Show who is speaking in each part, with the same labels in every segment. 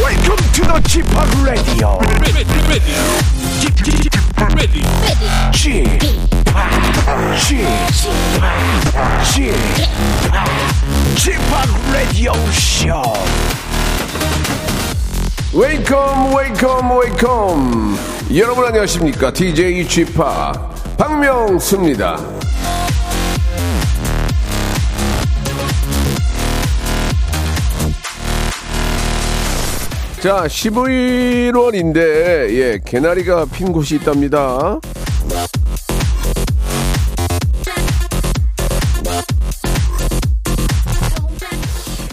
Speaker 1: Welcome to the g p o p Radio.
Speaker 2: ready, ready, ready,
Speaker 1: g p o p G p o p Radio Show.
Speaker 3: 웨이컴 웨이컴 웨이컴 여러분 안녕하십니까 DJ g p o 박명수입니다 자 11월인데 예 개나리가 핀 곳이 있답니다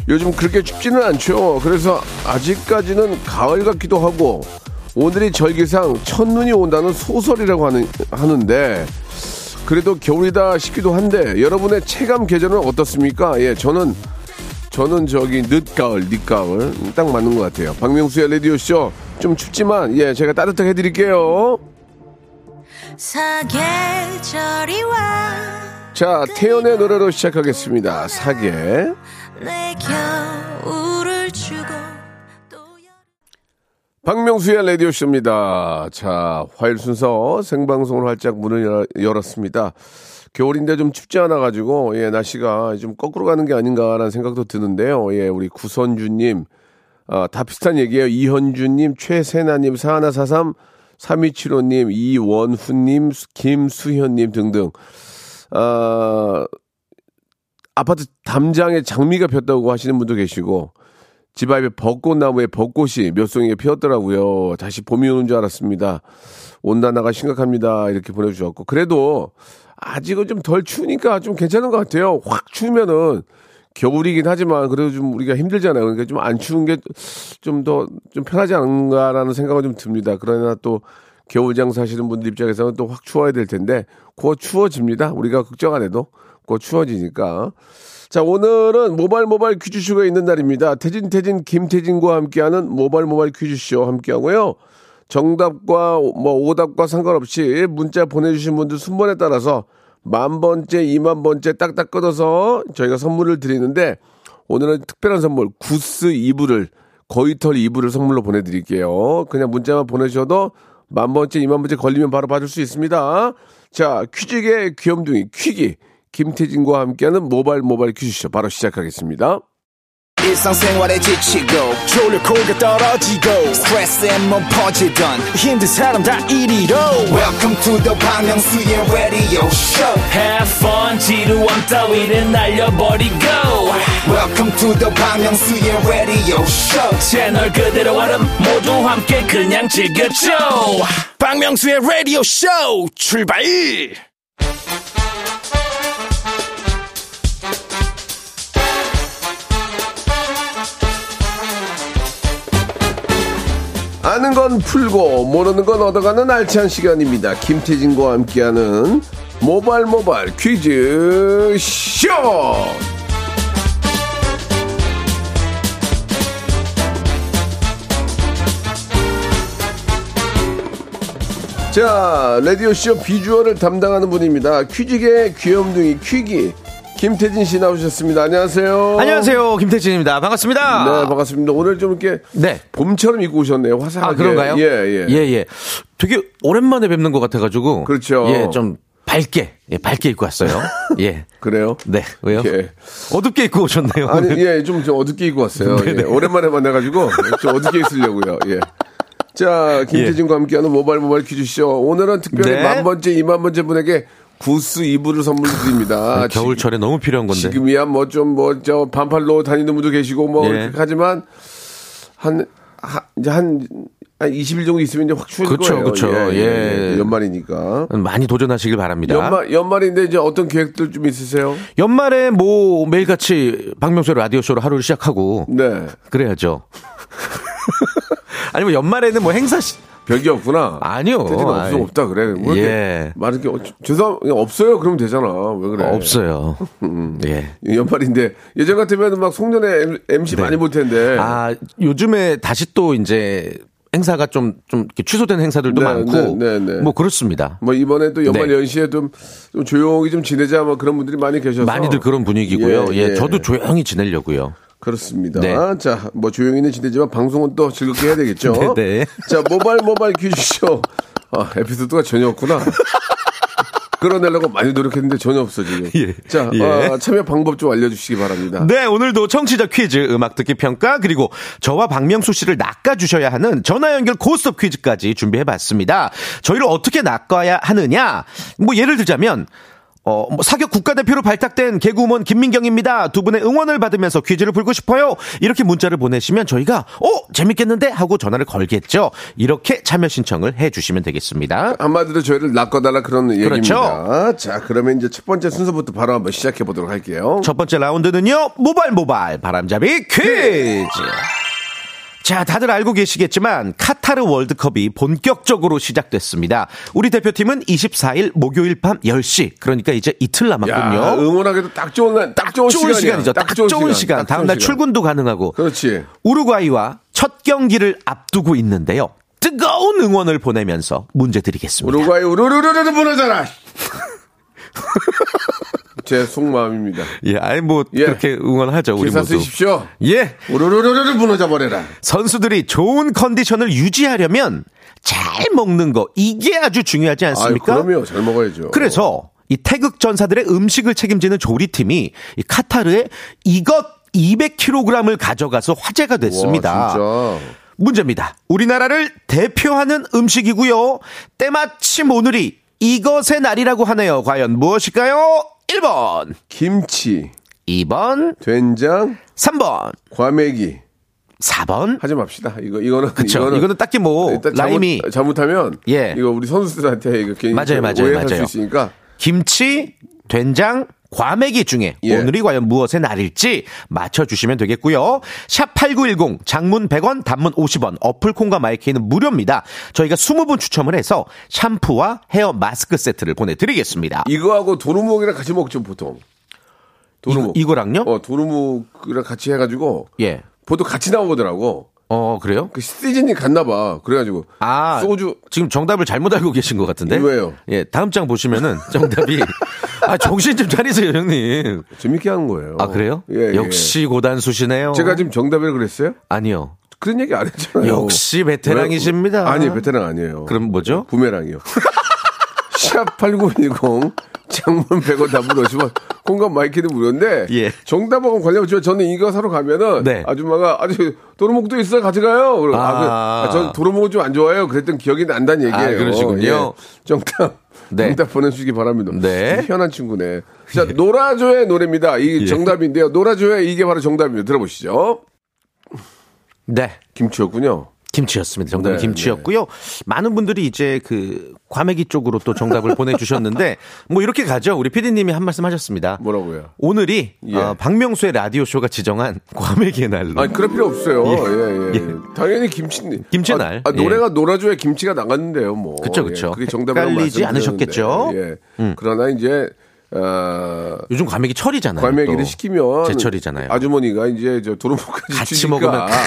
Speaker 3: 요즘 그렇게 춥지는 않죠. 그래서 아직까지는 가을 같기도 하고 오늘이 절기상 첫눈이 온다는 소설이라고 하는, 하는데 그래도 겨울이다 싶기도 한데 여러분의 체감 계절은 어떻습니까? 예, 저는 저는 저기 늦가을, 늦가을 딱 맞는 것 같아요. 박명수의 라디오 쇼좀 춥지만 예, 제가 따뜻하게 해드릴게요.
Speaker 4: 사계절이 와.
Speaker 3: 자, 태연의 노래로 시작하겠습니다. 사계.
Speaker 4: 내 겨울을 주고 또 여-
Speaker 3: 박명수의 라디오쇼입니다. 자, 화요일 순서 생방송으로 활짝 문을 열- 열었습니다. 겨울인데 좀 춥지 않아가지고, 예, 날씨가 좀 거꾸로 가는 게 아닌가라는 생각도 드는데요. 예, 우리 구선주님, 아, 다 비슷한 얘기예요. 이현주님, 최세나님, 사하나사삼, 3275님, 이원후님, 수- 김수현님 등등. 아, 아파트 담장에 장미가 폈다고 하시는 분도 계시고, 집 앞에 벚꽃나무에 벚꽃이 몇 송이 피었더라고요. 다시 봄이 오는 줄 알았습니다. 온난화가 심각합니다. 이렇게 보내주셨고. 그래도 아직은 좀 덜 추우니까 좀 괜찮은 것 같아요. 확 추우면은 겨울이긴 하지만 그래도 좀 우리가 힘들잖아요. 그러니까 좀 안 추운 게 좀 더 좀 편하지 않은가라는 생각은 좀 듭니다. 그러나 또 겨울 장사하시는 분들 입장에서는 또 확 추워야 될 텐데 곧 추워집니다. 우리가 걱정 안 해도 곧 추워지니까. 자, 오늘은 모발 모발 퀴즈쇼가 있는 날입니다. 태진 태진 김태진과 함께하는 모발 모발 퀴즈쇼 함께하고요. 정답과 오- 뭐 오답과 상관없이 문자 보내주신 분들 순번에 따라서 만 번째, 이만 번째 딱딱 끊어서 저희가 선물을 드리는데 오늘은 특별한 선물 구스 이불을 거위털 이불을 선물로 보내드릴게요. 그냥 문자만 보내셔도 만 번째, 이만 번째 걸리면 바로 받을 수 있습니다. 자, 퀴즈계 귀염둥이 퀴기 김태진과 함께하는 모발 모발 퀴즈쇼 바로 시작하겠습니다.
Speaker 5: 일상생활에 지치고, 졸려 코가 떨어지고, 스트레스에 몸 퍼지던, 힘든 사람 다 이리로. welcome to the Bang Myung-soo's radio show
Speaker 2: Have fun, 지루한 따위를 날려버리고
Speaker 5: welcome to the Bang Myung-soo's radio show
Speaker 2: 채널 그대로 얼음 모두 함께 그냥 즐겨줘
Speaker 1: 박명수의 라디오 쇼 출발.
Speaker 3: 아는 건 풀고 모르는 건 얻어가는 알찬 시간입니다. 김태진과 함께하는 모발 모발 퀴즈 쇼. 자, 라디오쇼 비주얼을 담당하는 분입니다. 퀴즈계 귀염둥이 퀴기 김태진 씨 나오셨습니다. 안녕하세요.
Speaker 6: 안녕하세요, 김태진입니다.
Speaker 3: 어.
Speaker 6: 아,
Speaker 3: 네,
Speaker 6: 반갑습니다.
Speaker 3: 반갑습니다. 오늘 좀 이렇게
Speaker 6: 네.
Speaker 3: 봄처럼 입고 오셨네요. 화사하게.
Speaker 6: 아, 그런가요?
Speaker 3: 예, 예.
Speaker 6: 예, 예. 되게 오랜만에 뵙는 것 같아가지고.
Speaker 3: 그렇죠.
Speaker 6: 예, 좀 밝게, 예, 밝게 입고 왔어요. 예.
Speaker 3: 그래요?
Speaker 6: 네, 왜요?
Speaker 3: 예.
Speaker 6: 어둡게 입고 오셨네요. 네,
Speaker 3: 아니,
Speaker 6: 오늘.
Speaker 3: 예, 좀, 좀 어둡게 입고 왔어요. 예, 오랜만에 만나가지고 좀 어둡게 있으려고요. 예. 자, 김태진과 함께하는 모바일 모바일 퀴즈쇼. 오늘은 특별히
Speaker 6: 예. 네.
Speaker 3: 만 번째, 이만 번째 분에게 구스 이불을 선물 드립니다.
Speaker 6: 아니, 겨울철에 너무 필요한 건데.
Speaker 3: 지금, 이야 뭐 좀 뭐 저 반팔로 다니는 분도 계시고 뭐
Speaker 6: 예.
Speaker 3: 이렇게 하지만 한, 하, 이제 한, 한 20일 정도 있으면 이제 확 추워질
Speaker 6: 그쵸,
Speaker 3: 거예요.
Speaker 6: 그쵸. 예.
Speaker 3: 연말이니까.
Speaker 6: 많이 도전하시길 바랍니다.
Speaker 3: 연말 연말인데 이제 어떤 계획들 좀 있으세요?
Speaker 6: 연말에 뭐 매일같이 박명수의 라디오쇼로 하루를 시작하고.
Speaker 3: 네.
Speaker 6: 그래야죠. 아니면 연말에는 뭐 행사, 시...
Speaker 3: 벽이 없구나.
Speaker 6: 아니요.
Speaker 3: 태진 없어
Speaker 6: 아이.
Speaker 3: 없다 그래. 뭐
Speaker 6: 예.
Speaker 3: 예. 말은 게 죄송 없어요. 그러면 되잖아. 왜 그래?
Speaker 6: 없어요.
Speaker 3: 음.
Speaker 6: 예.
Speaker 3: 연말인데 예전 같으면 막 송년회 M- MC 많이 볼 텐데.
Speaker 6: 네. 아 요즘에 다시 또 이제 행사가 좀 좀 취소된 행사들도
Speaker 3: 네,
Speaker 6: 많고
Speaker 3: 네, 네, 네.
Speaker 6: 뭐 그렇습니다.
Speaker 3: 뭐 이번에 또 연말
Speaker 6: 네.
Speaker 3: 연시에 좀, 좀 조용히 좀 지내자 뭐 그런 분들이 많이 계셔서 예.
Speaker 6: 많이들 그런 분위기고요. 예, 저도 조용히 예, 지내려고요.
Speaker 3: 그렇습니다.
Speaker 6: 네.
Speaker 3: 자, 뭐 조용히는 지내지만 방송은 또 즐겁게 해야 되겠죠.
Speaker 6: 네, 네.
Speaker 3: 자, 모발 모발 퀴즈쇼. 아, 에피소드가 전혀 없구나. 끌어내려고 많이 노력했는데 전혀 없어 지금.
Speaker 6: 예.
Speaker 3: 자,
Speaker 6: 예.
Speaker 3: 아, 참여 방법 좀 알려주시기 바랍니다.
Speaker 6: 네, 오늘도 청취자 퀴즈, 음악 듣기 평가, 그리고 저와 박명수 씨를 낚아주셔야 하는 전화 연결 고스톱 퀴즈까지 준비해봤습니다. 저희를 어떻게 낚아야 하느냐? 뭐 예를 들자면, 어, 뭐 사격 국가대표로 발탁된 개그우먼 김민경입니다. 두 분의 응원을 받으면서 퀴즈를 풀고 싶어요. 이렇게 문자를 보내시면 저희가, 어, 재밌겠는데? 하고 전화를 걸겠죠. 이렇게 참여 신청을 해주시면 되겠습니다.
Speaker 3: 한마디로 저희를 낚아달라 그런 얘기입니다.
Speaker 6: 그렇죠.
Speaker 3: 자, 그러면 이제 첫 번째 순서부터 바로 한번 시작해 보도록 할게요.
Speaker 6: 첫 번째 라운드는요, 모발 모발 바람잡이
Speaker 3: 네.
Speaker 6: 퀴즈. 자, 다들 알고 계시겠지만 카타르 월드컵이 본격적으로 시작됐습니다. 우리 대표팀은 24일 목요일 밤 10시. 그러니까 이제 이틀 남았군요.
Speaker 3: 야, 응원하기도 딱 좋은 날, 딱 좋은, 시간이야.
Speaker 6: 시간이죠. 딱, 좋은, 시간.
Speaker 3: 딱
Speaker 6: 다음
Speaker 3: 좋은
Speaker 6: 날
Speaker 3: 시간.
Speaker 6: 출근도 가능하고.
Speaker 3: 그렇지.
Speaker 6: 우루과이와 첫 경기를 앞두고 있는데요. 뜨거운 응원을 보내면서 문제 드리겠습니다.
Speaker 3: 우루과이 우루루루루 보내잖아. 제 속마음입니다.
Speaker 6: 예, 아니 뭐
Speaker 3: 예.
Speaker 6: 그렇게 응원하죠, 우리
Speaker 3: 기사
Speaker 6: 모두.
Speaker 3: 쓰십시오.
Speaker 6: 예,
Speaker 3: 우루루루루 무너져 버려라.
Speaker 6: 선수들이 좋은 컨디션을 유지하려면 잘 먹는 거 이게 아주 중요하지 않습니까?
Speaker 3: 아, 그럼요. 잘 먹어야죠.
Speaker 6: 그래서 이 태극 전사들의 음식을 책임지는 조리팀이 이 카타르에 이것 200kg을 가져가서 화제가 됐습니다.
Speaker 3: 와, 진짜.
Speaker 6: 문제입니다. 우리나라를 대표하는 음식이고요. 때마침 오늘이 이것의 날이라고 하네요. 과연 무엇일까요? 1번,
Speaker 3: 김치,
Speaker 6: 2번,
Speaker 3: 된장,
Speaker 6: 3번,
Speaker 3: 과메기
Speaker 6: 4번.
Speaker 3: 하지 맙시다. 이거 이거는
Speaker 6: 그쵸. 이거는 딱히 뭐
Speaker 3: 일단
Speaker 6: 라임이-
Speaker 3: 잘못, 하면
Speaker 6: 예.
Speaker 3: 이거 우리 선수들한테 이거 괜히
Speaker 6: 맞아요, 맞아요,
Speaker 3: 오해할 수
Speaker 6: 맞아요.
Speaker 3: 있으니까
Speaker 6: 김치, 된장, 과메기 중에
Speaker 3: 예.
Speaker 6: 오늘이 과연 무엇의 날일지 맞춰주시면 되겠고요. 샵8910 장문 100원 단문 50원 어플콘과 마이크는 무료입니다. 저희가 20분 추첨을 해서 샴푸와 헤어 마스크 세트를 보내드리겠습니다.
Speaker 3: 이거하고 도루묵이랑 같이 먹죠 보통. 도루묵
Speaker 6: 이거- 이거랑요?
Speaker 3: 어 도루묵이랑 같이 해가지고
Speaker 6: 예.
Speaker 3: 보통 같이 나오더라고.
Speaker 6: 어, 그래요?
Speaker 3: 그 시즌이 갔나봐. 그래가지고
Speaker 6: 아,
Speaker 3: 소주
Speaker 6: 지금 정답을 잘못 알고 계신 것 같은데.
Speaker 3: 왜요?
Speaker 6: 예, 다음 장 보시면은 정답이 아, 정신 좀 차리세요, 형님.
Speaker 3: 재밌게 한 거예요.
Speaker 6: 아, 그래요?
Speaker 3: 예, 예.
Speaker 6: 역시 뭐. 고단수시네요.
Speaker 3: 제가 지금 정답을 그랬어요?
Speaker 6: 아니요.
Speaker 3: 그런 얘기 안 했잖아요.
Speaker 6: 역시 베테랑이십니다.
Speaker 3: 왜? 아니 베테랑 아니에요.
Speaker 6: 그럼 뭐죠?
Speaker 3: 부메랑이요. 샵8910 장문 100원 담문 50원 공감 마이키는 무료인데
Speaker 6: 예.
Speaker 3: 정답하고 관련 없지만 저는 이거 사러 가면은
Speaker 6: 네.
Speaker 3: 아줌마가 아주 도루묵도 있어 같이 가요. 그러고 아, 그,
Speaker 6: 아.
Speaker 3: 아, 전 도루묵은 좀 안 좋아해요. 그랬던 기억이 난다는 얘기예요.
Speaker 6: 아, 그러시군요.
Speaker 3: 정답.
Speaker 6: 네.
Speaker 3: 정답 보내주시기 바랍니다.
Speaker 6: 네. 예.
Speaker 3: 좀 희한한 친구네. 자, 노라조의 노래입니다. 이 정답인데요. 노라조의 이게 바로 정답입니다. 들어보시죠.
Speaker 6: 네.
Speaker 3: 김치였군요.
Speaker 6: 김치였습니다. 정답은
Speaker 3: 네,
Speaker 6: 김치였고요. 많은 분들이 이제 그 과메기 쪽으로 또 정답을 보내주셨는데 뭐 이렇게 가죠. 우리 피디님이 한 말씀 하셨습니다.
Speaker 3: 뭐라고요?
Speaker 6: 오늘이
Speaker 3: 예.
Speaker 6: 어, 박명수의 라디오 쇼가 지정한 과메기의 날로.
Speaker 3: 아니 그럴 필요 없어요. 예, 예.
Speaker 6: 예.
Speaker 3: 당연히 김치
Speaker 6: 김치
Speaker 3: 아,
Speaker 6: 날.
Speaker 3: 아,
Speaker 6: 예.
Speaker 3: 노래가 놀아줘야 김치가 나갔는데요. 뭐.
Speaker 6: 그쵸, 그쵸.
Speaker 3: 예, 그게 정답이라고
Speaker 6: 헷갈리지
Speaker 3: 말씀드렸는데.
Speaker 6: 않으셨겠죠? 음.
Speaker 3: 예. 그러나 이제 어,
Speaker 6: 요즘 과메기 철이잖아요.
Speaker 3: 과메기를
Speaker 6: 또.
Speaker 3: 시키면
Speaker 6: 제철이잖아요.
Speaker 3: 아주머니가 이제 저 도루묵까지
Speaker 6: 같이
Speaker 3: 주니까
Speaker 6: 먹으면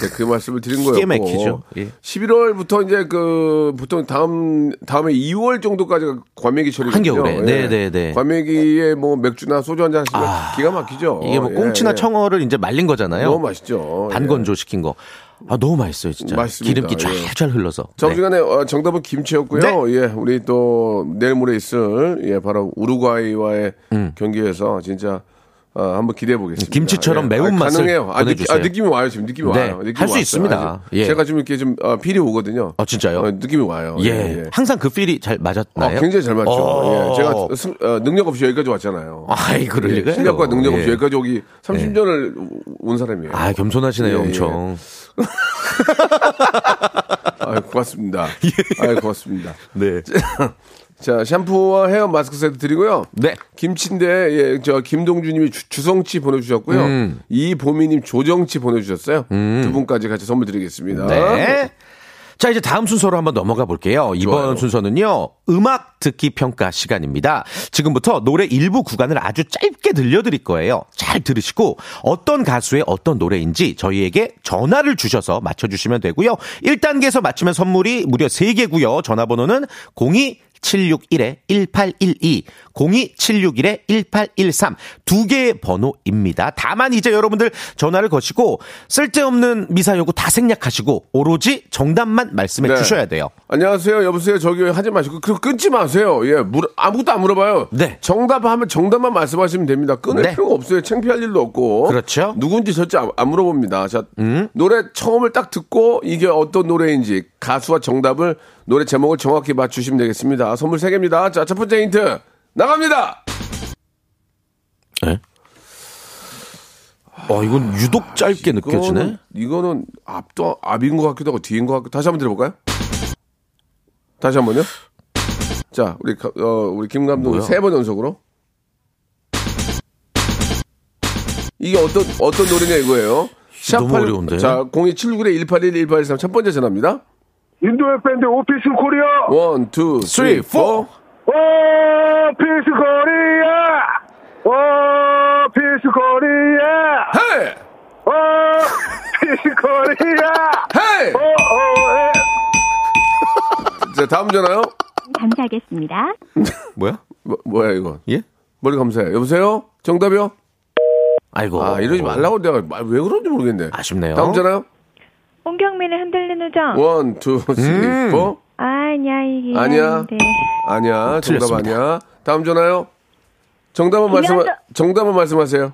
Speaker 3: 네, 그 말씀을 드린 거였고.
Speaker 6: 기가 막히죠. 예.
Speaker 3: 11월부터 이제 그 보통 다음 다음에 2월 정도까지가 과메기 처리거든요. 예.
Speaker 6: 한겨울에. 네, 네, 네.
Speaker 3: 과메기에 뭐 맥주나 소주 한 잔 하시면 기가 막히죠.
Speaker 6: 이게 뭐
Speaker 3: 예,
Speaker 6: 꽁치나
Speaker 3: 예.
Speaker 6: 청어를 이제 말린 거잖아요.
Speaker 3: 너무 맛있죠. 예.
Speaker 6: 반건조 시킨 거. 아 너무 맛있어요 진짜.
Speaker 3: 맛있습니다.
Speaker 6: 기름기
Speaker 3: 예.
Speaker 6: 쫙쫙 흘러서. 네.
Speaker 3: 정시간에 어, 정답은 김치였고요.
Speaker 6: 네.
Speaker 3: 예, 우리 또 내일 모레 있을 예 바로 우루과이와의 경기에서 진짜 어, 한번 기대해 보겠습니다.
Speaker 6: 음. 김치처럼
Speaker 3: 예.
Speaker 6: 매운
Speaker 3: 아,
Speaker 6: 맛을
Speaker 3: 가능해요. 아, 느끼,
Speaker 6: 보내주세요.
Speaker 3: 아, 느낌이 와요 지금 느낌이
Speaker 6: 네,
Speaker 3: 와요. 느낌이
Speaker 6: 할수
Speaker 3: 왔어요.
Speaker 6: 있습니다.
Speaker 3: 아,
Speaker 6: 예.
Speaker 3: 제가 지금 이렇게 좀 어, 필이 오거든요.
Speaker 6: 아, 진짜요?
Speaker 3: 어, 느낌이 와요.
Speaker 6: 예. 항상 그 필이
Speaker 3: 아,
Speaker 6: 잘 맞았나요?
Speaker 3: 굉장히 잘 맞죠.
Speaker 6: 어.
Speaker 3: 예, 제가 승- 어, 능력 없이 여기까지 왔잖아요.
Speaker 6: 아이 그럴
Speaker 3: 예,
Speaker 6: 리가요.
Speaker 3: 실력과 능력 없이
Speaker 6: 예.
Speaker 3: 여기까지 오기 30년을 온 사람이에요.
Speaker 6: 아 겸손하시네요
Speaker 3: 예, 예.
Speaker 6: 엄청.
Speaker 3: 아유, 고맙습니다.
Speaker 6: 예.
Speaker 3: 아유, 고맙습니다.
Speaker 6: 네.
Speaker 3: 자, 샴푸와 헤어 마스크 세트 드리고요.
Speaker 6: 네.
Speaker 3: 김치인데, 예, 저, 김동주님이 주, 성치 보내주셨고요.
Speaker 6: 음.
Speaker 3: 이보미님 조정치 보내주셨어요. 두 분까지 같이 선물 드리겠습니다.
Speaker 6: 네. 자, 이제 다음 순서로 한번 넘어가 볼게요. 이번
Speaker 3: 좋아요.
Speaker 6: 순서는요, 음악 듣기 평가 시간입니다. 지금부터 노래 일부 구간을 아주 짧게 들려드릴 거예요. 잘 들으시고, 어떤 가수의 어떤 노래인지 저희에게 전화를 주셔서 맞춰주시면 되고요. 1단계에서 맞추면 선물이 무려 3개고요. 전화번호는 02 02-761-1812, 02761-1813. 두 개의 번호입니다. 다만 이제 여러분들 전화를 거시고 쓸데없는 미사 요구 다 생략하시고 오로지 정답만 말씀해
Speaker 3: 네.
Speaker 6: 주셔야 돼요.
Speaker 3: 안녕하세요. 여보세요. 저기 왜 하지 마시고 그리고 끊지 마세요. 예, 물, 아무것도 안 물어봐요.
Speaker 6: 네.
Speaker 3: 정답 하면 정답만 말씀하시면 됩니다. 끊을
Speaker 6: 네.
Speaker 3: 필요가 없어요. 창피할 일도 없고.
Speaker 6: 그렇죠. 음.
Speaker 3: 누군지 절대 안, 안 물어봅니다. 자, 노래 처음을 딱 듣고 이게 어떤 노래인지 가수와 정답을 노래 제목을 정확히 맞추시면 되겠습니다. 선물 세개입니다 자, 첫 번째 힌트 나갑니다.
Speaker 6: 어, 이건 유독 짧게
Speaker 3: 이거는, 이거는 앞도 앞인 것 같기도 하고 뒤인 것 같기도 다시 한번 들어볼까요? 다시 한번요. 자, 우리 가- 어, 우리 김 감독 세 번 연속으로. 이게 어떤 어떤 노래냐 이거예요. 샵
Speaker 6: 너무
Speaker 3: 팔-
Speaker 6: 어려운데.
Speaker 3: 자, 0279에 181 183 첫 번째 전화입니다.
Speaker 7: 인도의 밴드 오피스 코리아
Speaker 3: 원, 투, 쓰리, 포.
Speaker 7: 오피스 코리아 오피스 코리아
Speaker 3: 헤이!
Speaker 7: 오피스 코리아
Speaker 3: 헤이!
Speaker 7: 오오에
Speaker 3: 자, 다음 전화요.
Speaker 8: 감사하겠습니다.
Speaker 6: 뭐야?
Speaker 3: 뭐, 뭐야 이거?
Speaker 6: 예?
Speaker 3: 머리 감사해요. 여보세요? 정답이요?
Speaker 6: 아이고.
Speaker 3: 아, 이러지 말라고 내가 말- 왜 그런지 모르겠네.
Speaker 6: 어. 아쉽네요.
Speaker 3: 다음 전화요.
Speaker 8: 홍경민의 흔들리는 우정.
Speaker 3: 원, 투,
Speaker 6: 음.
Speaker 3: 쓰리, 포.
Speaker 8: 아니야 이게 네.
Speaker 3: 아니야.
Speaker 8: 아닌데.
Speaker 3: 아니야. 정답
Speaker 6: 틀렸습니다.
Speaker 3: 아니야. 다음 전화요. 정답은 말씀
Speaker 8: 김현정.
Speaker 3: 정답은 말씀하세요.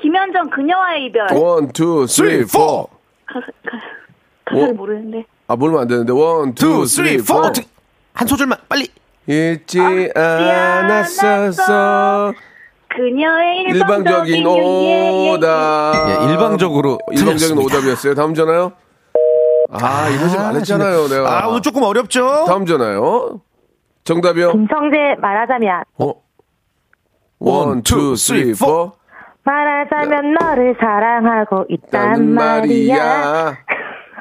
Speaker 8: 김현정 그녀와의 이별.
Speaker 3: 원, 투, 쓰리, 포.
Speaker 8: 가사를
Speaker 3: 어?
Speaker 8: 모르는데.
Speaker 3: 아 모르면 안 되는데 원, 투, 쓰리, 포.
Speaker 6: 어떻게- 한 소절만 빨리.
Speaker 3: 잊지 않았었어
Speaker 8: 그녀의
Speaker 3: 일방적인
Speaker 8: 일방적인 예, 오다.
Speaker 3: 오답.
Speaker 6: 예, 일방적으로
Speaker 3: 일방적인
Speaker 6: 틀렸습니다. 네.
Speaker 3: 오답이었어요. 다음 전화요. 아, 이러지 말랬잖아요, 내가.
Speaker 6: 아, 오늘 조금 어렵죠?
Speaker 3: 다음 전화요. 정답이요.
Speaker 8: 김성재 말하자면
Speaker 3: 어? 원, 투, 쓰리, 포.
Speaker 8: 말하자면 너를 사랑하고
Speaker 3: 있다는 말이야.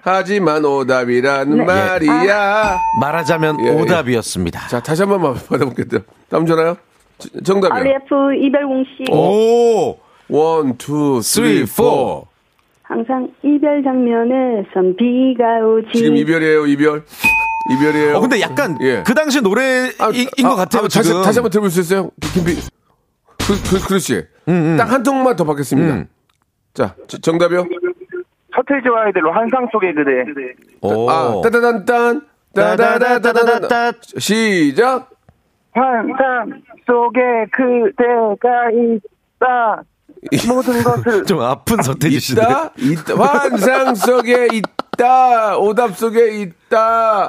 Speaker 3: 하지만 오답이라는 말이야.
Speaker 6: 말하자면
Speaker 3: 예, 예.
Speaker 6: 오답이었습니다.
Speaker 3: 자, 다시 한 번만 받아볼게요. 다음 전화요. 지- 정답이요.
Speaker 8: RF 이별 공식
Speaker 6: 오!
Speaker 3: 원, 투, 쓰리,
Speaker 6: 쓰리,
Speaker 3: 포.
Speaker 6: 포.
Speaker 8: 항상 이별 장면에선 비가 오지.
Speaker 3: 지금 이별이에요, 이별. 이별이에요.
Speaker 6: 어, 근데 약간
Speaker 3: 예.
Speaker 6: 그 당시 노래인
Speaker 3: 아,
Speaker 6: 것 같아요.
Speaker 3: 아, 다시,
Speaker 6: 지금.
Speaker 3: 다시 한번 들어볼 수 있어요? 김비. 그, 그, 그렇지. 딱 한 통만 더 받겠습니다.
Speaker 6: 음.
Speaker 3: 자, 저- 정답이요.
Speaker 7: 서태지와 아이들로 환상 속의 그대
Speaker 6: 오.
Speaker 3: 아, 따다단단. 따다다다다다.
Speaker 6: 따다다다다다.
Speaker 3: 시작.
Speaker 7: 환상 속의 그대가 있다 모든 것을
Speaker 6: 좀 아픈 서태지 씨네.
Speaker 3: 있다, 있다, 환상 속에 있다, 오답 속에 있다.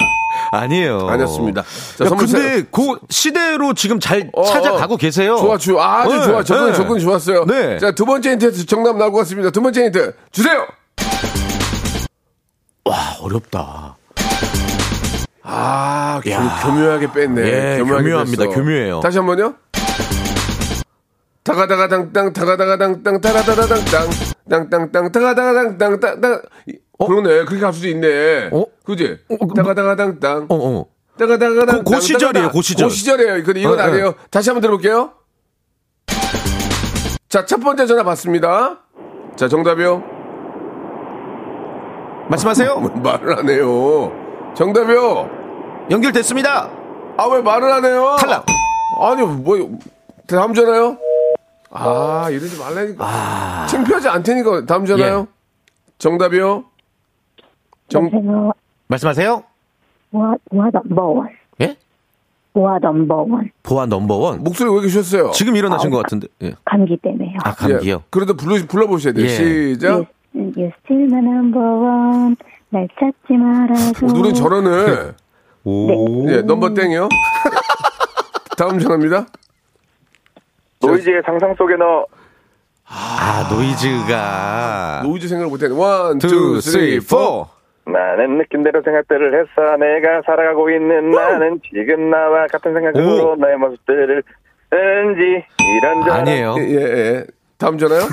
Speaker 6: 아니에요.
Speaker 3: 아니었습니다. 자,
Speaker 6: 야,
Speaker 3: 선물
Speaker 6: 근데
Speaker 3: 세-
Speaker 6: 그 시대로 지금 잘
Speaker 3: 어, 어.
Speaker 6: 찾아가고 계세요.
Speaker 3: 좋아, 좋아. 아주
Speaker 6: 네,
Speaker 3: 좋아. 접근,
Speaker 6: 네.
Speaker 3: 접근 좋았어요.
Speaker 6: 네.
Speaker 3: 자, 두 번째 힌트 정답 나올 것 같습니다. 두 번째 힌트 주세요.
Speaker 6: 아, 어렵다.
Speaker 3: 아, 교, 교묘하게 뺐네.
Speaker 6: 예,
Speaker 3: 교묘하게
Speaker 6: 교묘합니다.
Speaker 3: 뺐어.
Speaker 6: 교묘해요.
Speaker 3: 다시 한 번요. 다가다가당땅, 다가다가당땅, 다가다가당땅, 땅땅땅, 다가다가당땅, 땅땅. 그러네. 그렇게 할 수도 있네.
Speaker 6: 어?
Speaker 3: 그지? 다가다가당땅.
Speaker 6: 어, 어.
Speaker 3: 따가따가당
Speaker 6: 고- 고 시절이에요, 고 시절.
Speaker 3: 고시절이에요. 근데 이건
Speaker 6: 어, 어.
Speaker 3: 아니에요. 다시 한번 들어볼게요. 자, 첫 번째 전화 받습니다. 자, 정답이요. 음,
Speaker 6: 말씀하세요.
Speaker 3: 말을 안 해요. 정답이요.
Speaker 6: 연결됐습니다.
Speaker 3: 아, 왜 말을 안 해요?
Speaker 6: 탈락.
Speaker 3: 아니, 뭐, 다음 전화요?
Speaker 6: 어.
Speaker 3: 아, 이러지 말라니까.
Speaker 6: 아.
Speaker 3: 창피하지 않다니까.
Speaker 6: 예.
Speaker 3: 다음 전화요? 정답이요.
Speaker 6: 뭐,
Speaker 3: 정,
Speaker 6: 말씀하세요.
Speaker 8: What what number one?
Speaker 6: 예?
Speaker 8: What number one?
Speaker 6: 보아 넘버원.
Speaker 3: 목소리 왜 이렇게 쉬었어요?
Speaker 6: 지금 일어나신 것 같은데. 예.
Speaker 8: 감기 때문에요.
Speaker 6: 아,
Speaker 3: 아. 예,
Speaker 6: 감기요.
Speaker 3: 그래도 불러, 불러보셔야 돼요.
Speaker 6: 예.
Speaker 3: 시작.
Speaker 8: You, you still my number one. 날 찾지 말아줘.
Speaker 3: 어, 노래 저러네.
Speaker 6: 오.
Speaker 3: 예, 넘버 땡이요. 다음 전화입니다.
Speaker 7: 노이즈의 상상 속에 너
Speaker 6: 아, 노이즈가.
Speaker 3: 노이즈 생각을 못했네. 원,
Speaker 6: 투,
Speaker 3: 투,
Speaker 6: 쓰리,
Speaker 3: 쓰리, 포.
Speaker 6: 포.
Speaker 7: 나는 느낌대로 생각들을 했어 내가 살아가고 있는 나는 지금 나와 같은 생각으로
Speaker 6: 오.
Speaker 7: 나의 모습들을 은지 이런저런
Speaker 6: 아니에요.
Speaker 3: 예, 예, 예. 다음 전화요?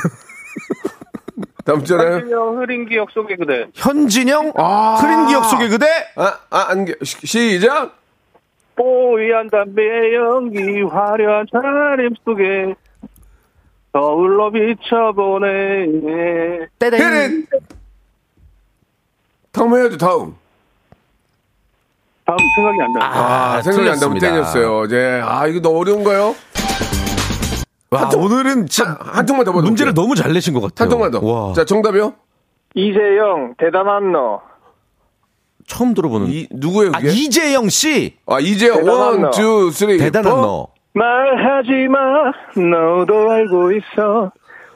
Speaker 3: 다음 전화요?
Speaker 7: 흐린 기억 속의 그대
Speaker 6: 현진영 흐린 기억 속의 그대
Speaker 3: 아, 아, 안개. 시- 시작.
Speaker 7: 뽀얀 담배 연기 화려한 차림 속에 서울로 비춰보네
Speaker 3: 헤릿. 다음 해야죠, 다음.
Speaker 9: 다음 생각이 안 나요.
Speaker 3: 아, 생각이 안 나면
Speaker 6: 틀렸습니다.
Speaker 3: 땡겼어요. 이제 아 이거 너무 어려운가요?
Speaker 6: 와, 오늘은 진짜
Speaker 3: 한 통만 더 받아볼게요.
Speaker 6: 문제를 너무 잘 내신 것 같아요.
Speaker 3: 한 통만 더.
Speaker 6: 와,
Speaker 3: 자 정답이요?
Speaker 7: 이재영 대담한 너
Speaker 6: 처음 들어보는.
Speaker 3: 이 누구예요
Speaker 6: 아,
Speaker 3: 그게?
Speaker 6: 이재영 씨
Speaker 3: 아 이제
Speaker 7: 대단한
Speaker 3: 원,
Speaker 7: 너.
Speaker 3: 투, 쓰리. 어?
Speaker 6: 대단한
Speaker 3: 포.
Speaker 6: 너.
Speaker 7: 말하지 마 너도 알고 있어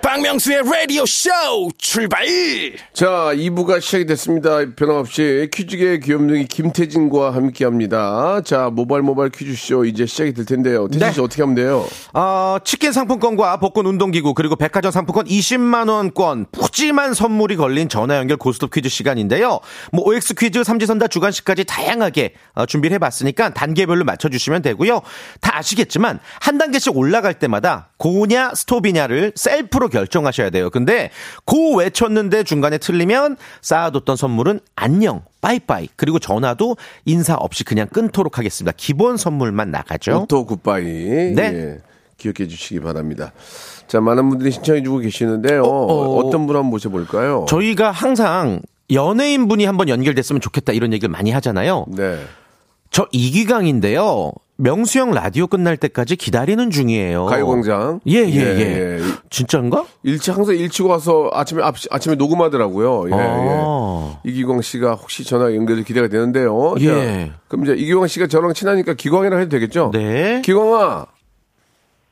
Speaker 1: 박명수의 라디오 쇼 출발!
Speaker 3: 자, 2부가 시작이 됐습니다. 변함없이 퀴즈계의 귀염둥이 김태진과 함께 합니다. 자, 모발 모발 퀴즈쇼 이제 시작이 될 텐데요. 태진
Speaker 6: 네.
Speaker 3: 씨 어떻게 하면 돼요?
Speaker 6: 어, 치킨 상품권과 복권 운동기구 그리고 백화점 상품권 20만 원권 푸짐한 선물이 걸린 전화 연결 고스톱 퀴즈 시간인데요. 뭐 OX 퀴즈, 삼지선다 주간식까지 다양하게 어, 준비를 해봤으니까 단계별로 맞춰주시면 되고요. 다 아시겠지만 한 단계씩 올라갈 때마다 고냐 스톱이냐를 셀프로 결정하셔야 돼요. 근데 고 외쳤는데 중간에 틀리면 쌓아뒀던 선물은 안녕. 빠이빠이 그리고 전화도 인사 없이 그냥 끊도록 하겠습니다. 기본 선물만
Speaker 1: 어?
Speaker 6: 나가죠.
Speaker 3: 오토 굿바이. 네. 기억해 주시기 바랍니다. 자, 많은 분들이 신청해 주고 계시는데요.
Speaker 6: 어,
Speaker 3: 어, 떤분 한번 모셔볼까요?
Speaker 6: 저희가 항상 연예인 분이 한번 연결됐으면 좋겠다 이런 얘기를 많이 하잖아요.
Speaker 3: 네.
Speaker 6: 저 이기강인데요. 명수형 라디오 끝날 때까지 기다리는 중이에요.
Speaker 1: 어.
Speaker 3: 가요광장.
Speaker 6: 예, 예,
Speaker 3: 예,
Speaker 6: 예.
Speaker 3: 예.
Speaker 6: 진짜인가?
Speaker 3: 일치, 항상 일치고 와서 아침에, 앞- 아침에 녹음하더라고요. 예,
Speaker 6: 아.
Speaker 3: 예. 이기광 씨가 혹시 전화 연결이 기대가 되는데요. 자,
Speaker 6: 예.
Speaker 3: 그럼 이제 이기광 씨가 저랑 친하니까 기광이라 해도 되겠죠?
Speaker 6: 네.
Speaker 3: 기광아.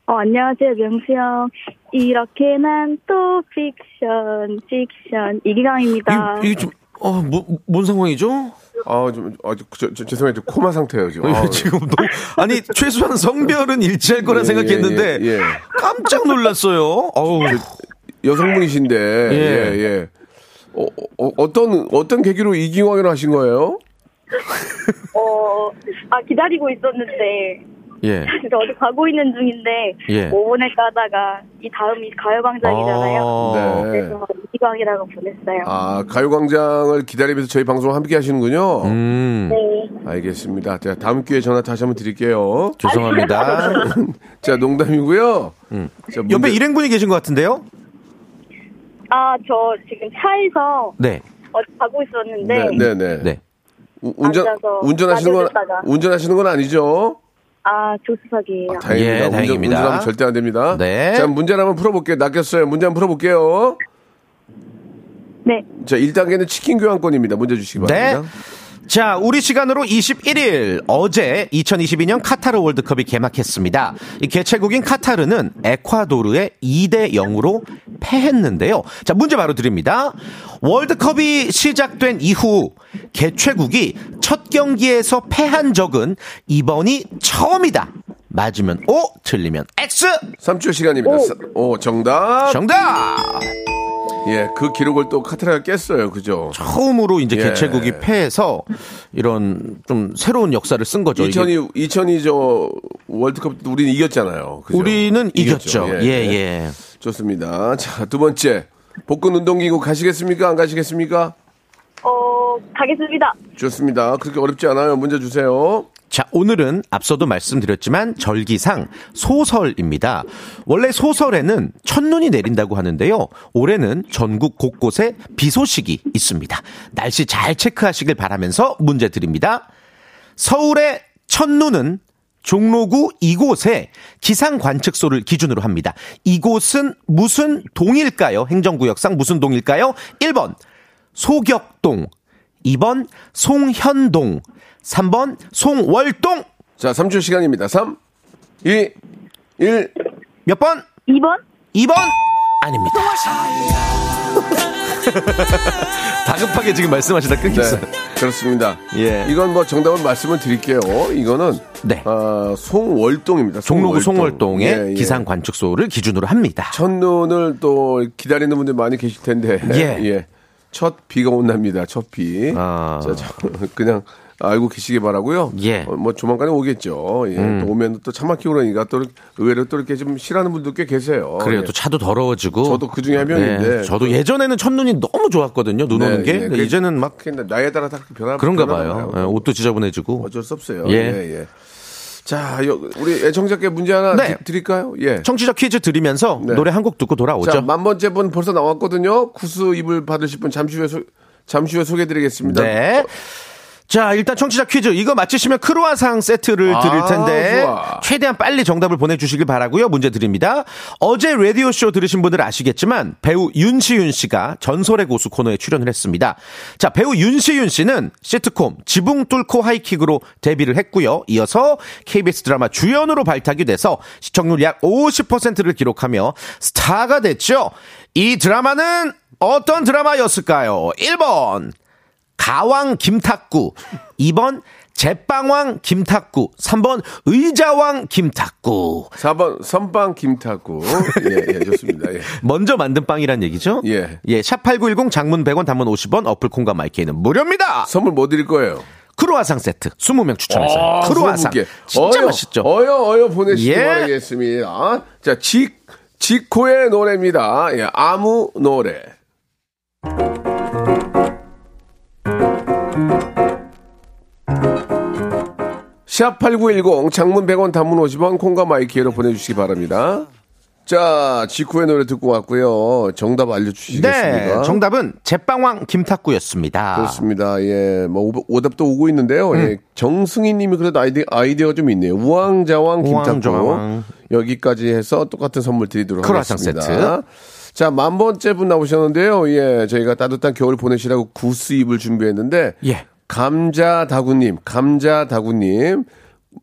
Speaker 8: 어, 안녕하세요, 명수 형. 이렇게 난 또 픽션, 픽션. 이기광입니다.
Speaker 6: 이, 이게 좀, 어, 뭐, 뭔 상황이죠?
Speaker 3: 아, 좀, 아, 저, 저, 죄송해요. 저 코마 상태예요, 지금. 아,
Speaker 6: 지금 너무, 아니, 최소한 성별은 일치할 거라
Speaker 3: 예,
Speaker 6: 생각했는데,
Speaker 3: 예, 예.
Speaker 6: 깜짝 놀랐어요. 어우, 그,
Speaker 3: 여성분이신데
Speaker 6: 예.
Speaker 3: 예, 예. 어, 어, 어떤 어떤 계기로 이기광이라 하신 거예요?
Speaker 8: 어, 아, 기다리고 있었는데.
Speaker 6: 예.
Speaker 8: 근데 어디 가고 있는 중인데.
Speaker 6: 예.
Speaker 8: 5분을 까다가 이 다음이 가요광장이잖아요.
Speaker 6: 아,
Speaker 3: 네.
Speaker 8: 그래서 이기광이라고 보냈어요.
Speaker 3: 아 가요광장을 기다리면서 저희 방송 함께 하시는군요.
Speaker 6: 음,
Speaker 8: 네.
Speaker 3: 알겠습니다. 제가 다음 기회에 전화 다시 한번 드릴게요.
Speaker 6: 죄송합니다.
Speaker 3: 자 농담이고요. 자, 문제-
Speaker 6: 음. 옆에 일행분이 계신 것 같은데요?
Speaker 8: 아, 저 지금 차에서
Speaker 6: 네.
Speaker 8: 어디 가고
Speaker 3: 네,
Speaker 8: 있었는데.
Speaker 3: 네, 네.
Speaker 6: 네.
Speaker 3: 우- 운전
Speaker 8: 앉아서
Speaker 3: 운전하시는 건
Speaker 8: 라디오 듣다가.
Speaker 3: 운전하시는 건 아니죠?
Speaker 8: 아, 조수석이에요.
Speaker 3: 아, 다행입니다.
Speaker 6: 예,
Speaker 3: 운전,
Speaker 6: 다행입니다.
Speaker 3: 운전하면 절대 안 됩니다.
Speaker 6: 네.
Speaker 3: 자, 문제를 한번 풀어볼게요. 낚였어요. 문제 한번 풀어볼게요.
Speaker 8: 네.
Speaker 3: 자, 1단계는 치킨 교환권입니다. 문제 주시기
Speaker 6: 네.
Speaker 3: 바랍니다.
Speaker 6: 자, 우리 시간으로 21일 어제 2022년 카타르 월드컵이 개막했습니다. 이 개최국인 카타르는 에콰도르에 2대 0으로 패했는데요. 자, 문제 바로 드립니다. 월드컵이 시작된 이후 개최국이 첫 경기에서 패한 적은 이번이 처음이다. 맞으면 O, 틀리면 X.
Speaker 3: 3초 시간입니다. 오, 정답.
Speaker 6: 정답.
Speaker 3: 예, 그 기록을 또 카트라가 깼어요. 그죠?
Speaker 6: 처음으로 이제
Speaker 3: 예.
Speaker 6: 개최국이 패해서 이런 좀 새로운 역사를 쓴 거죠. 이게
Speaker 3: 2002, 2002 저 월드컵 때 우리는 이겼잖아요. 그죠?
Speaker 6: 우리는 이겼죠. 예예.
Speaker 3: 좋습니다. 자, 두 번째. 복근 운동기구 가시겠습니까? 안 가시겠습니까?
Speaker 8: 어, 가겠습니다.
Speaker 3: 좋습니다. 그렇게 어렵지 않아요. 문제 주세요.
Speaker 6: 자, 오늘은 앞서도 말씀드렸지만 절기상 소설입니다. 원래 소설에는 첫눈이 내린다고 하는데요. 올해는 전국 곳곳에 비 소식이 있습니다. 날씨 잘 체크하시길 바라면서 문제 드립니다. 서울의 첫눈은 종로구 이곳에 기상 관측소를 기준으로 합니다. 이곳은 무슨 동일까요? 행정구역상 무슨 동일까요? 1번 소격동, 2번 송현동, 3번 송월동.
Speaker 3: 자, 3초 시간입니다. 네, 3, 2, 1.
Speaker 6: 몇 번?
Speaker 8: 2번?
Speaker 6: 2번 아닙니다. 다급하게 지금 말씀하시다
Speaker 3: 네,
Speaker 6: 끊겼어요.
Speaker 3: 그렇습니다.
Speaker 6: 예.
Speaker 3: 이건 뭐 정답을 말씀을 드릴게요. 이거는
Speaker 6: 네.
Speaker 3: 아, 송월동입니다.
Speaker 6: 종로구
Speaker 3: 송월동.
Speaker 6: 송월동의
Speaker 3: 예, 예.
Speaker 6: 기상 관측소를 기준으로 합니다.
Speaker 3: 첫눈을 또 기다리는 분들 많이 계실 텐데.
Speaker 6: 예.
Speaker 3: 첫 비가 온답니다. 첫 비.
Speaker 6: 아.
Speaker 3: 자, 저, 그냥 알고 계시기 바라고요.
Speaker 6: 예.
Speaker 3: 어, 뭐 조만간에 오겠죠. 예.
Speaker 6: 음.
Speaker 3: 또 오면 또 차 막히고 그러니까 또 의외로 또 이렇게 좀 싫어하는 분도 꽤 계세요.
Speaker 6: 그래요.
Speaker 3: 예.
Speaker 6: 또 차도 더러워지고. 네.
Speaker 3: 저도 그 중에 한 명인데.
Speaker 6: 저도 예전에는 첫눈이 너무 좋았거든요. 눈
Speaker 3: 네,
Speaker 6: 오는 게.
Speaker 3: 예.
Speaker 6: 근데
Speaker 3: 그-
Speaker 6: 이제는 막
Speaker 3: 그게 나이에 따라 다 변화
Speaker 6: 그런가
Speaker 3: 변화가 나요.
Speaker 6: 봐요. 예, 옷도 지저분해지고.
Speaker 3: 어쩔 수 없어요.
Speaker 6: 예.
Speaker 3: 예, 예. 자, 여- 우리 애청자께 문제 하나
Speaker 6: 네.
Speaker 3: 드- 드릴까요? 예.
Speaker 6: 청취자 퀴즈 드리면서
Speaker 3: 네.
Speaker 6: 노래 한 곡 듣고 돌아오죠.
Speaker 3: 자, 만 번째 분 벌써 나왔거든요. 쿠스 이불 받으실 분 잠시 후에 소, 잠시 후에 소개해드리겠습니다.
Speaker 6: 네. 자, 일단 청취자 퀴즈. 이거 맞히시면 크로아상 세트를
Speaker 3: 아,
Speaker 6: 드릴 텐데.
Speaker 3: 좋아.
Speaker 6: 최대한 빨리 정답을 보내주시길 바라고요 문제 드립니다. 어제 라디오쇼 들으신 분들 아시겠지만 배우 윤시윤 씨가 전설의 고수 코너에 출연을 했습니다. 자, 배우 윤시윤 씨는 시트콤 지붕 뚫고 하이킥으로 데뷔를 했고요. 이어서 KBS 드라마 주연으로 발탁이 돼서 시청률 약 50%를 기록하며 스타가 됐죠. 이 드라마는 어떤 드라마였을까요? 1번 가왕 김탁구 2번 제빵왕 김탁구 3번 의자왕 김탁구
Speaker 3: 4번 선빵 김탁구. 예, 예, 좋습니다. 예.
Speaker 6: 먼저 만든 빵이란 얘기죠?
Speaker 3: 예.
Speaker 6: 예, 샵8910 장문 100원 단문 50원 어플 콩과 마이크는 무료입니다.
Speaker 3: 선물 뭐 드릴 거예요?
Speaker 6: 크로아상 세트 20명 추첨해서
Speaker 3: 아,
Speaker 6: 크로아상
Speaker 3: 소고기.
Speaker 6: 진짜
Speaker 3: 어여,
Speaker 6: 맛있죠?
Speaker 3: 어여 어여 보내시기
Speaker 6: 예.
Speaker 3: 바라겠습니다. 자, 지 지코의 노래입니다. 예, 아무 노래. 샵8910 장문 100원 단문 50원 콩과 마이키로 보내주시기 바랍니다. 자, 지코의 노래 듣고 왔고요. 정답 알려주시겠습니까?
Speaker 6: 네, 정답은 제빵왕 김탁구였습니다.
Speaker 3: 그렇습니다. 예. 뭐, 오- 오답도 오고 있는데요.
Speaker 6: 음.
Speaker 3: 예. 정승희 님이 그래도 아이디, 아이디어가 좀 있네요. 우왕좌왕 김탁구.
Speaker 6: 우왕좌왕.
Speaker 3: 여기까지 해서 똑같은 선물 드리도록
Speaker 6: 크로아상
Speaker 3: 하겠습니다.
Speaker 6: 세트.
Speaker 3: 자, 만 번째 분 나오셨는데요. 예. 저희가 따뜻한 겨울 보내시라고 구스 잎을 준비했는데.
Speaker 6: 예.
Speaker 3: 감자다구님, 감자다구님.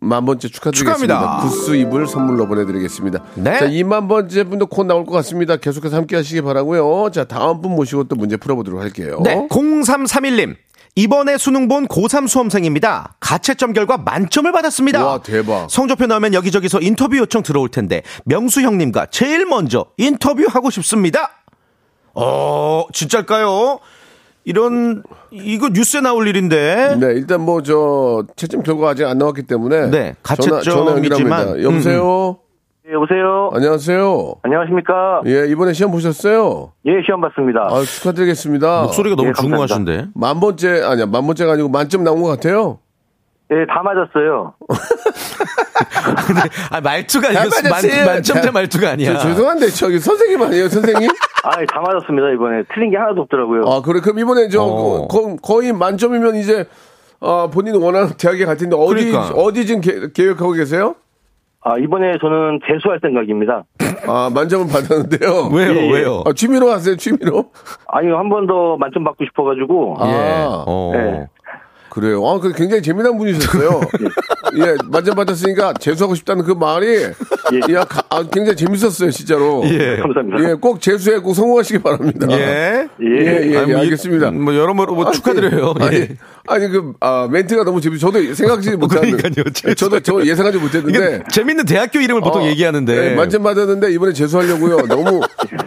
Speaker 3: 만 번째 축하드리겠습니다.
Speaker 6: 축하합니다.
Speaker 3: 구스 잎을 선물로 보내드리겠습니다.
Speaker 6: 네.
Speaker 3: 자, 2만 번째 분도 곧 나올 것 같습니다. 계속해서 함께 하시기 바라고요. 자, 다음 분 모시고 또 문제 풀어보도록 할게요.
Speaker 6: 네, 0331님. 이번에 수능 본 고3 수험생입니다. 가채점 결과 만점을 받았습니다.
Speaker 3: 와, 아, 대박.
Speaker 6: 성적표 나오면 여기저기서 인터뷰 요청 들어올 텐데 명수 형님과 제일 먼저 인터뷰하고 싶습니다. 어, 진짜일까요? 이런 이거 뉴스에 나올 일인데.
Speaker 3: 네, 일단 뭐 저 채점 결과 아직 안 나왔기 때문에
Speaker 6: 네,
Speaker 3: 전화- 전화
Speaker 6: 가채점이지만, 음.
Speaker 3: 연결합니다. 여보세요.
Speaker 9: 예,
Speaker 7: 여보세요.
Speaker 6: 어.
Speaker 3: 안녕하세요.
Speaker 7: 안녕하십니까?
Speaker 3: 예, 이번에 시험 보셨어요?
Speaker 7: 예, 시험 봤습니다.
Speaker 3: 아, 축하드리겠습니다.
Speaker 6: 목소리가 너무
Speaker 7: 예, 감사합니다.
Speaker 6: 중후하신데.
Speaker 3: 만 번째 아니야, 만 번째가 아니고 만점 나온 것 같아요.
Speaker 7: 예, 다 맞았어요.
Speaker 6: 아, 말투가 이거
Speaker 3: 잘 맞았어요.
Speaker 6: 만, 만점자
Speaker 3: 잘-
Speaker 6: 말투가 아니야.
Speaker 3: 저, 죄송한데 저기 선생님 아니에요, 선생님?
Speaker 7: 아, 예, 다 맞았습니다, 이번에. 틀린 게 하나도 없더라고요.
Speaker 3: 아, 그래 그럼 이번에 저 거,
Speaker 6: 어.
Speaker 3: 거- 거의 만점이면 이제 아, 본인 원하는 대학에 갈 텐데 어디
Speaker 6: 그러니까.
Speaker 3: 어디 지금 계, 계획하고 계세요?
Speaker 9: 아, 이번에 저는 재수할 생각입니다.
Speaker 3: 아, 만점은 받았는데요.
Speaker 6: 왜요,
Speaker 9: 예, 예.
Speaker 6: 왜요?
Speaker 3: 아, 취미로 하세요, 취미로?
Speaker 9: 아니, 한 번 더 만점 받고 싶어가지고.
Speaker 3: 아,
Speaker 6: 예. 어.
Speaker 9: 네.
Speaker 3: 그래요. 아, 그 굉장히 재미난 분이셨어요. 예, 만점 받았으니까 재수하고 싶다는 그 말이 야, 가- 아, 굉장히 재밌었어요, 진짜로.
Speaker 6: 예.
Speaker 9: 감사합니다.
Speaker 3: 예, 꼭 재수에 꼭 성공하시기 바랍니다.
Speaker 6: 예.
Speaker 3: 예, 예, 예,
Speaker 6: 아니, 뭐 이-
Speaker 3: 알겠습니다.
Speaker 6: 뭐 여러모로 뭐
Speaker 3: 아니,
Speaker 6: 축하드려요.
Speaker 3: 아니,
Speaker 6: 예. 뭐
Speaker 3: 아니 그 아, 멘트가 너무 재밌어. 저도 생각지 못하는.
Speaker 6: 그러니까요, 재수하고.
Speaker 3: 아, 저도 저 예상하지 못했는데.
Speaker 6: 이게 재밌는 대학교 이름을 보통
Speaker 3: 어,
Speaker 6: 얘기하는데
Speaker 3: 예, 만점 받았는데 이번에 재수하려고요. 너무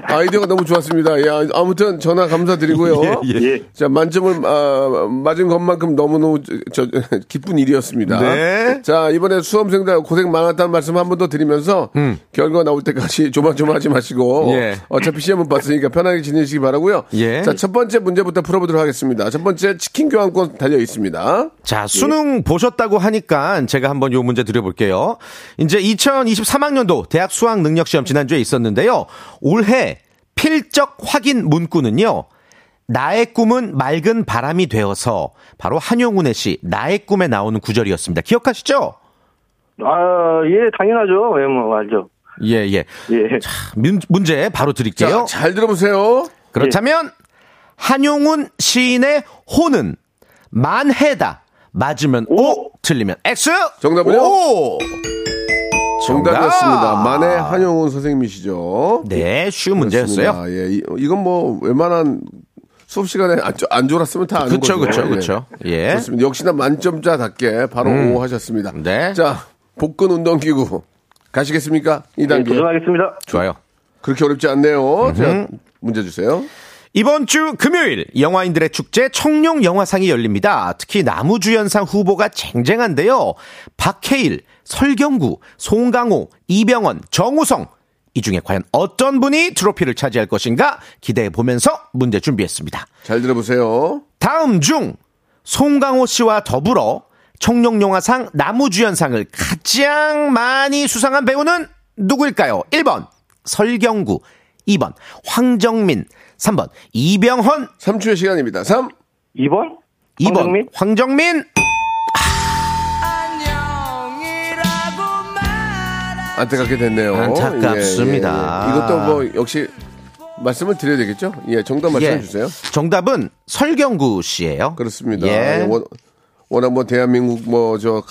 Speaker 3: 아이디어가 너무 좋았습니다. 예, 아, 아무튼 전화 감사드리고요.
Speaker 6: 예,
Speaker 9: 예.
Speaker 3: 자 만점을 아, 맞은 것만큼 너무너무 저, 저, 기쁜 일이었습니다.
Speaker 6: 네.
Speaker 3: 자 이번에 수험생들 고생 많았다는 말씀 한 번 더 드리면서
Speaker 6: 음.
Speaker 3: 결과 나올 때까지 조마조마하지 마시고
Speaker 6: 예.
Speaker 3: 어차피 시험은 봤으니까 편하게 지내시기 바라고요.
Speaker 6: 예.
Speaker 3: 자 첫 번째 문제부터 풀어보도록 하겠습니다. 첫 번째 치킨 교환권 달려 있습니다.
Speaker 6: 자, 수능 보셨다고 하니까 제가 한번 요 문제 드려볼게요. 이제 2023학년도 대학 수학 능력 시험 지난주에 있었는데요. 올해 필적 확인 문구는요. 나의 꿈은 맑은 바람이 되어서 바로 한용운의 시 나의 꿈에 나오는 구절이었습니다. 기억하시죠?
Speaker 9: 아, 예, 당연하죠. 예, 뭐, 알죠.
Speaker 6: 예, 예.
Speaker 9: 예.
Speaker 6: 문- 문제 바로 드릴게요.
Speaker 3: 자, 잘 들어보세요.
Speaker 6: 그렇다면
Speaker 3: 예.
Speaker 6: 한용운 시인의 호는 만해다. 맞으면 오, 틀리면 X.
Speaker 3: 정답은요?
Speaker 6: 오.
Speaker 3: 정답이었습니다.
Speaker 6: 정답.
Speaker 3: 만의 한영훈 선생님이시죠.
Speaker 6: 네, 쉬운 문제였어요.
Speaker 3: 그렇습니다. 예, 이, 건뭐 웬만한 수업 시간에 안, 조- 안 졸았으면 다 아는
Speaker 6: 그쵸,
Speaker 3: 거죠.
Speaker 6: 그쵸, 그쵸. 예. 음.
Speaker 3: 그렇습니다. 역시나 만점자답게 바로 오 하셨습니다.
Speaker 6: 네.
Speaker 3: 자, 복근 운동기구 가시겠습니까? 이
Speaker 9: 예,
Speaker 3: 단계
Speaker 9: 도전하겠습니다.
Speaker 6: 좋아요.
Speaker 3: 그렇게 어렵지 않네요. 자, 문제 주세요.
Speaker 6: 이번 주 금요일 영화인들의 축제 청룡 영화상이 열립니다. 특히 남우주연상 후보가 쟁쟁한데요. 박해일, 설경구, 송강호, 이병헌, 정우성 이 중에 과연 어떤 분이 트로피를 차지할 것인가 기대해 보면서 문제 준비했습니다.
Speaker 3: 잘 들어보세요.
Speaker 6: 다음 중 송강호 씨와 더불어 청룡영화상 나무주연상을 가장 많이 수상한 배우는 누구일까요? 1번 설경구 2번 황정민 3번 이병헌
Speaker 3: 3초의 시간입니다. 3,
Speaker 9: 2번?
Speaker 6: 2번
Speaker 9: 황정민?
Speaker 6: 황정민
Speaker 3: 안타깝게 됐네요.
Speaker 6: 안타깝습니다.
Speaker 3: 예, 예, 예. 이것도 뭐 역시 말씀을 드려야 되겠죠? 예, 정답 말씀해 주세요.
Speaker 6: 정답은 설경구 씨예요.
Speaker 3: 그렇습니다.
Speaker 6: 예.
Speaker 3: 예, 워- 워낙 뭐 대한민국 뭐 저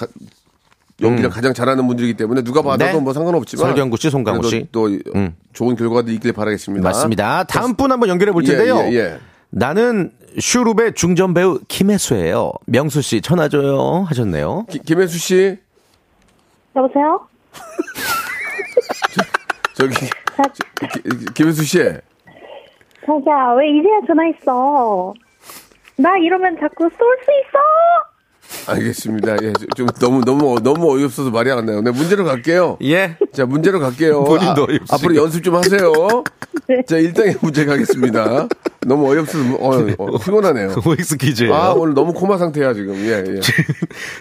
Speaker 3: 연기를 가장 잘하는 분들이기 때문에 누가 봐도
Speaker 6: 음. 네.
Speaker 3: 뭐 상관없지만
Speaker 6: 설경구 씨, 송강호
Speaker 3: 그래도
Speaker 6: 씨. 음.
Speaker 3: 또 좋은 결과도 있길 바라겠습니다.
Speaker 6: 맞습니다. 다음 분 한번 연결해 볼
Speaker 3: 예,
Speaker 6: 텐데요.
Speaker 3: 예, 예.
Speaker 6: 나는 슈룹의 중전 배우 김혜수예요. 명수 씨 전화 줘요 하셨네요.
Speaker 3: 기- 김혜수 씨
Speaker 8: 여보세요?
Speaker 3: 저기
Speaker 8: 자,
Speaker 3: 기- 김혜수 씨
Speaker 8: 자기야, 왜 이제야 전화했어? 나 이러면 자꾸 쏠 수 있어?
Speaker 3: 알겠습니다. 예, 저- 좀 너무 너무 너무 어이없어서 말이 안 나요. 네, 문제로 갈게요.
Speaker 6: 예.
Speaker 3: 자, 문제로 갈게요.
Speaker 6: 본인도
Speaker 3: 아,
Speaker 6: 어이없으니까.
Speaker 3: 앞으로 연습 좀 하세요.
Speaker 8: 네.
Speaker 3: 자, 일단의 문제 가겠습니다. 너무 어이없어서 어, 어, 피곤하네요.
Speaker 6: OX 퀴즈예요.
Speaker 3: 아, 오늘 너무 코마 상태야, 지금. 예, 예.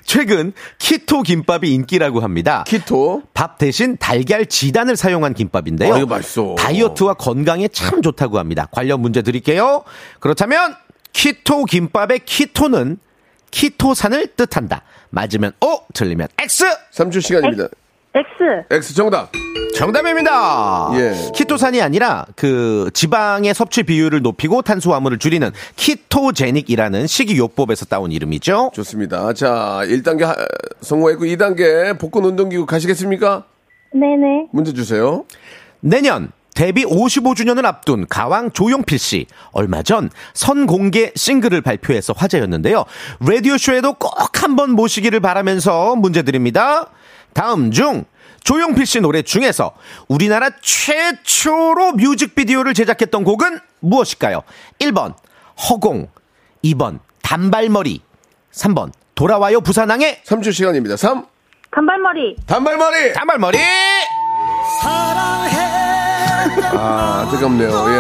Speaker 6: 최근 키토 김밥이 인기라고 합니다.
Speaker 3: 키토.
Speaker 6: 밥 대신 달걀 지단을 사용한 김밥인데요.
Speaker 3: 아, 이거 맛있어.
Speaker 6: 다이어트와 건강에 참 좋다고 합니다. 관련 문제 드릴게요. 그렇다면 키토 김밥의 키토는 키토산을 뜻한다. 맞으면 O, 틀리면 X.
Speaker 3: 3초 시간입니다.
Speaker 8: X.
Speaker 3: X 정답.
Speaker 6: 정답입니다.
Speaker 3: 예.
Speaker 6: 키토산이 아니라 그 지방의 섭취 비율을 높이고 탄수화물을 줄이는 키토제닉이라는 식이요법에서 따온 이름이죠.
Speaker 3: 좋습니다. 자, 1단계 하- 성공했고 2단계 복근 운동기구 가시겠습니까?
Speaker 8: 네네.
Speaker 3: 문제 주세요.
Speaker 6: 내년 데뷔 55주년을 앞둔 가왕 조용필 씨 얼마 전 선공개 싱글을 발표해서 화제였는데요. 라디오 쇼에도 꼭 한번 모시기를 바라면서 문제 드립니다. 다음 중 조용필 씨 노래 중에서 우리나라 최초로 뮤직비디오를 제작했던 곡은 무엇일까요? 1번 허공, 2번 단발머리, 3번 돌아와요 부산항의
Speaker 3: 3초 시간입니다. 3.
Speaker 8: 단발머리.
Speaker 3: 단발머리.
Speaker 6: 단발머리.
Speaker 3: 아, 안타깝네요. 예.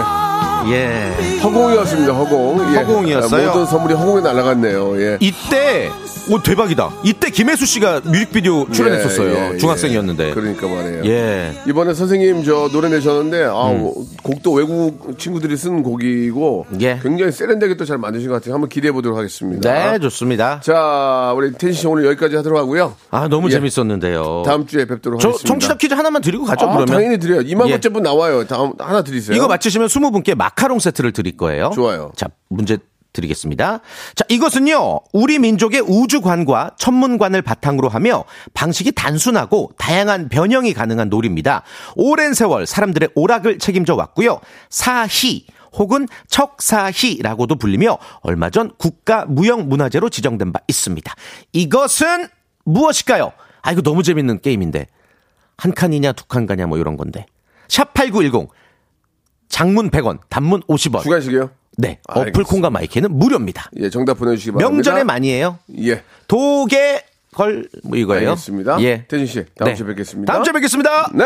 Speaker 6: 예.
Speaker 3: 허공이었습니다. 허공. 예.
Speaker 6: 허공이었어요?
Speaker 3: 아, 모든 선물이 허공에 날아갔네요. 예.
Speaker 6: 이때 오 대박이다. 이때 김혜수 씨가 뮤직비디오 출연했었어요.
Speaker 10: 예, 예, 예.
Speaker 6: 중학생이었는데.
Speaker 10: 그러니까 말이에요.
Speaker 6: 예.
Speaker 10: 이번에 선생님 저 노래 내셨는데 아 곡도 외국 친구들이 쓴 곡이고
Speaker 6: 음. 예.
Speaker 10: 굉장히 세련되게 또 잘 만드신 것 같아요. 한번 기대해 보도록 하겠습니다.
Speaker 6: 네, 좋습니다.
Speaker 10: 자 우리 텐시 씨 오늘 여기까지 하도록 하고요.
Speaker 6: 아, 너무
Speaker 10: 예.
Speaker 6: 재밌었는데요.
Speaker 10: 다음 주에 뵙도록
Speaker 6: 저
Speaker 10: 하겠습니다.
Speaker 6: 청취자 퀴즈 하나만 드리고 가죠,
Speaker 10: 아,
Speaker 6: 그러면.
Speaker 10: 당연히 드려요. 2만
Speaker 6: 예.
Speaker 10: 번째 분 나와요. 다음 하나 드리세요.
Speaker 6: 이거 맞히시면 20분께 마카롱 세트를 드릴 거예요.
Speaker 10: 좋아요.
Speaker 6: 자, 문제 드리겠습니다. 자, 이것은요, 우리 민족의 우주관과 천문관을 바탕으로 하며 방식이 단순하고 다양한 변형이 가능한 놀이입니다. 오랜 세월 사람들의 오락을 책임져 왔고요. 사희. 혹은 척사희라고도 불리며 얼마 전 국가 무형문화재로 지정된 바 있습니다. 이것은 무엇일까요? 아 이거 너무 재밌는 게임인데 한 칸이냐 두 칸 가냐 뭐 이런 건데 샵 8910 장문 100원, 단문 50원.
Speaker 10: 주간식이요.
Speaker 6: 네.
Speaker 10: 알겠습니다.
Speaker 6: 어플 콩과 마이크는 무료입니다.
Speaker 10: 예, 정답 보내주시기 바랍니다.
Speaker 6: 명절에 많이에요.
Speaker 10: 예,
Speaker 6: 도개 걸 뭐 이거예요.
Speaker 10: 알겠습니다.
Speaker 6: 예.
Speaker 10: 태진 씨, 다음
Speaker 6: 네.
Speaker 10: 주에 뵙겠습니다.
Speaker 6: 다음 주에 뵙겠습니다.
Speaker 10: 네.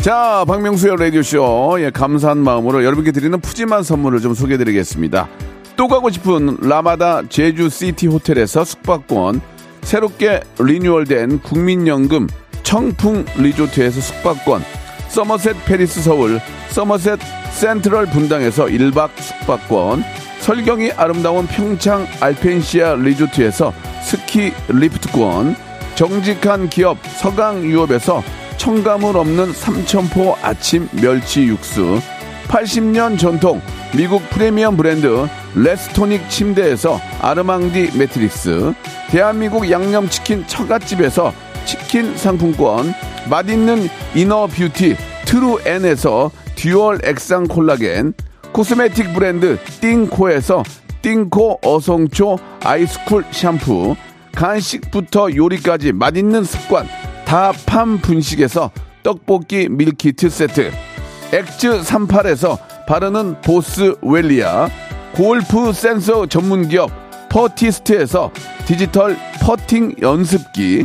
Speaker 3: 자, 박명수의 라디오쇼. 예, 감사한 마음으로 여러분께 드리는 푸짐한 선물을 좀 소개해 드리겠습니다. 또 가고 싶은 라마다 제주시티 호텔에서 숙박권, 새롭게 리뉴얼된 국민연금 청풍 리조트에서 숙박권, 서머셋 페리스 서울, 서머셋 센트럴 분당에서 1박 숙박권, 설경이 아름다운 평창 알펜시아 리조트에서 스키 리프트권, 정직한 기업 서강유업에서 첨가물 없는 삼천포 아침 멸치 육수 80년 전통 미국 프리미엄 브랜드 레스토닉 침대에서 아르망디 매트릭스 대한민국 양념치킨 처갓집에서 치킨 상품권 맛있는 이너 뷰티 트루엔에서 듀얼 액상 콜라겐 코스메틱 브랜드 띵코에서 띵코 어성초 아이스쿨 샴푸 간식부터 요리까지 맛있는 습관 다팜 분식에서 떡볶이 밀키트 세트 엑즈 38에서 바르는 보스 웰리아 골프 센서 전문기업 퍼티스트에서 디지털 퍼팅 연습기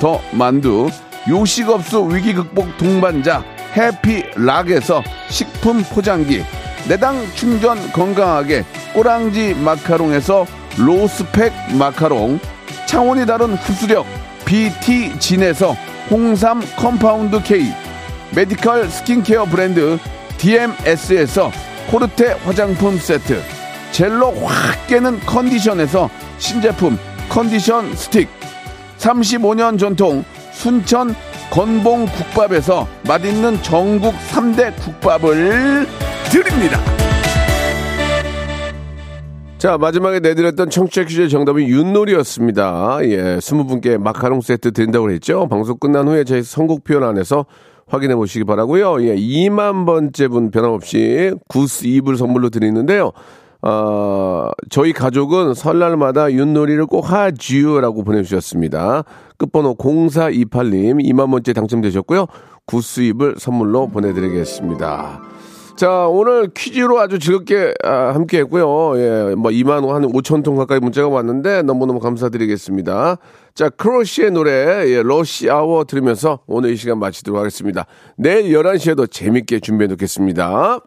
Speaker 3: 더 만두, 요식업소 위기 극복 동반자 해피락에서 식품 포장기, 내당 충전 건강하게 꼬랑지 마카롱에서 로스펙 마카롱, 창원이 다른 흡수력 BT진에서 홍삼 컴파운드 K, 메디컬 스킨케어 브랜드 DMS에서 코르테 화장품 세트, 젤로 확 깨는 컨디션에서 신제품 컨디션 스틱 35년 전통 순천 건봉 국밥에서 맛있는 전국 3대 국밥을 드립니다.
Speaker 10: 자, 마지막에 내드렸던 청취자 퀴즈의 정답은 윷놀이였습니다. 예, 20분께 마카롱 세트 드린다고 했죠. 방송 끝난 후에 저희 선곡표 안에서 확인해 보시기 바라고요. 예, 2만 번째 분 변함없이 구스 이불 선물로 드리는데요. 어, 저희 가족은 설날마다 윷놀이를 꼭 하지요라고 보내주셨습니다. 끝번호 0428님 2만 번째 당첨되셨고요. 구스 이불 선물로 보내드리겠습니다. 자, 오늘 퀴즈로 아주 즐겁게 아, 함께 했고요. 예, 뭐 2만 원, 한 5천 통 가까이 문자가 왔는데 너무너무 감사드리겠습니다. 자, 크로시의 노래, 예, 러시 아워 들으면서 오늘 이 시간 마치도록 하겠습니다. 내일 11시에도 재밌게 준비해 놓겠습니다.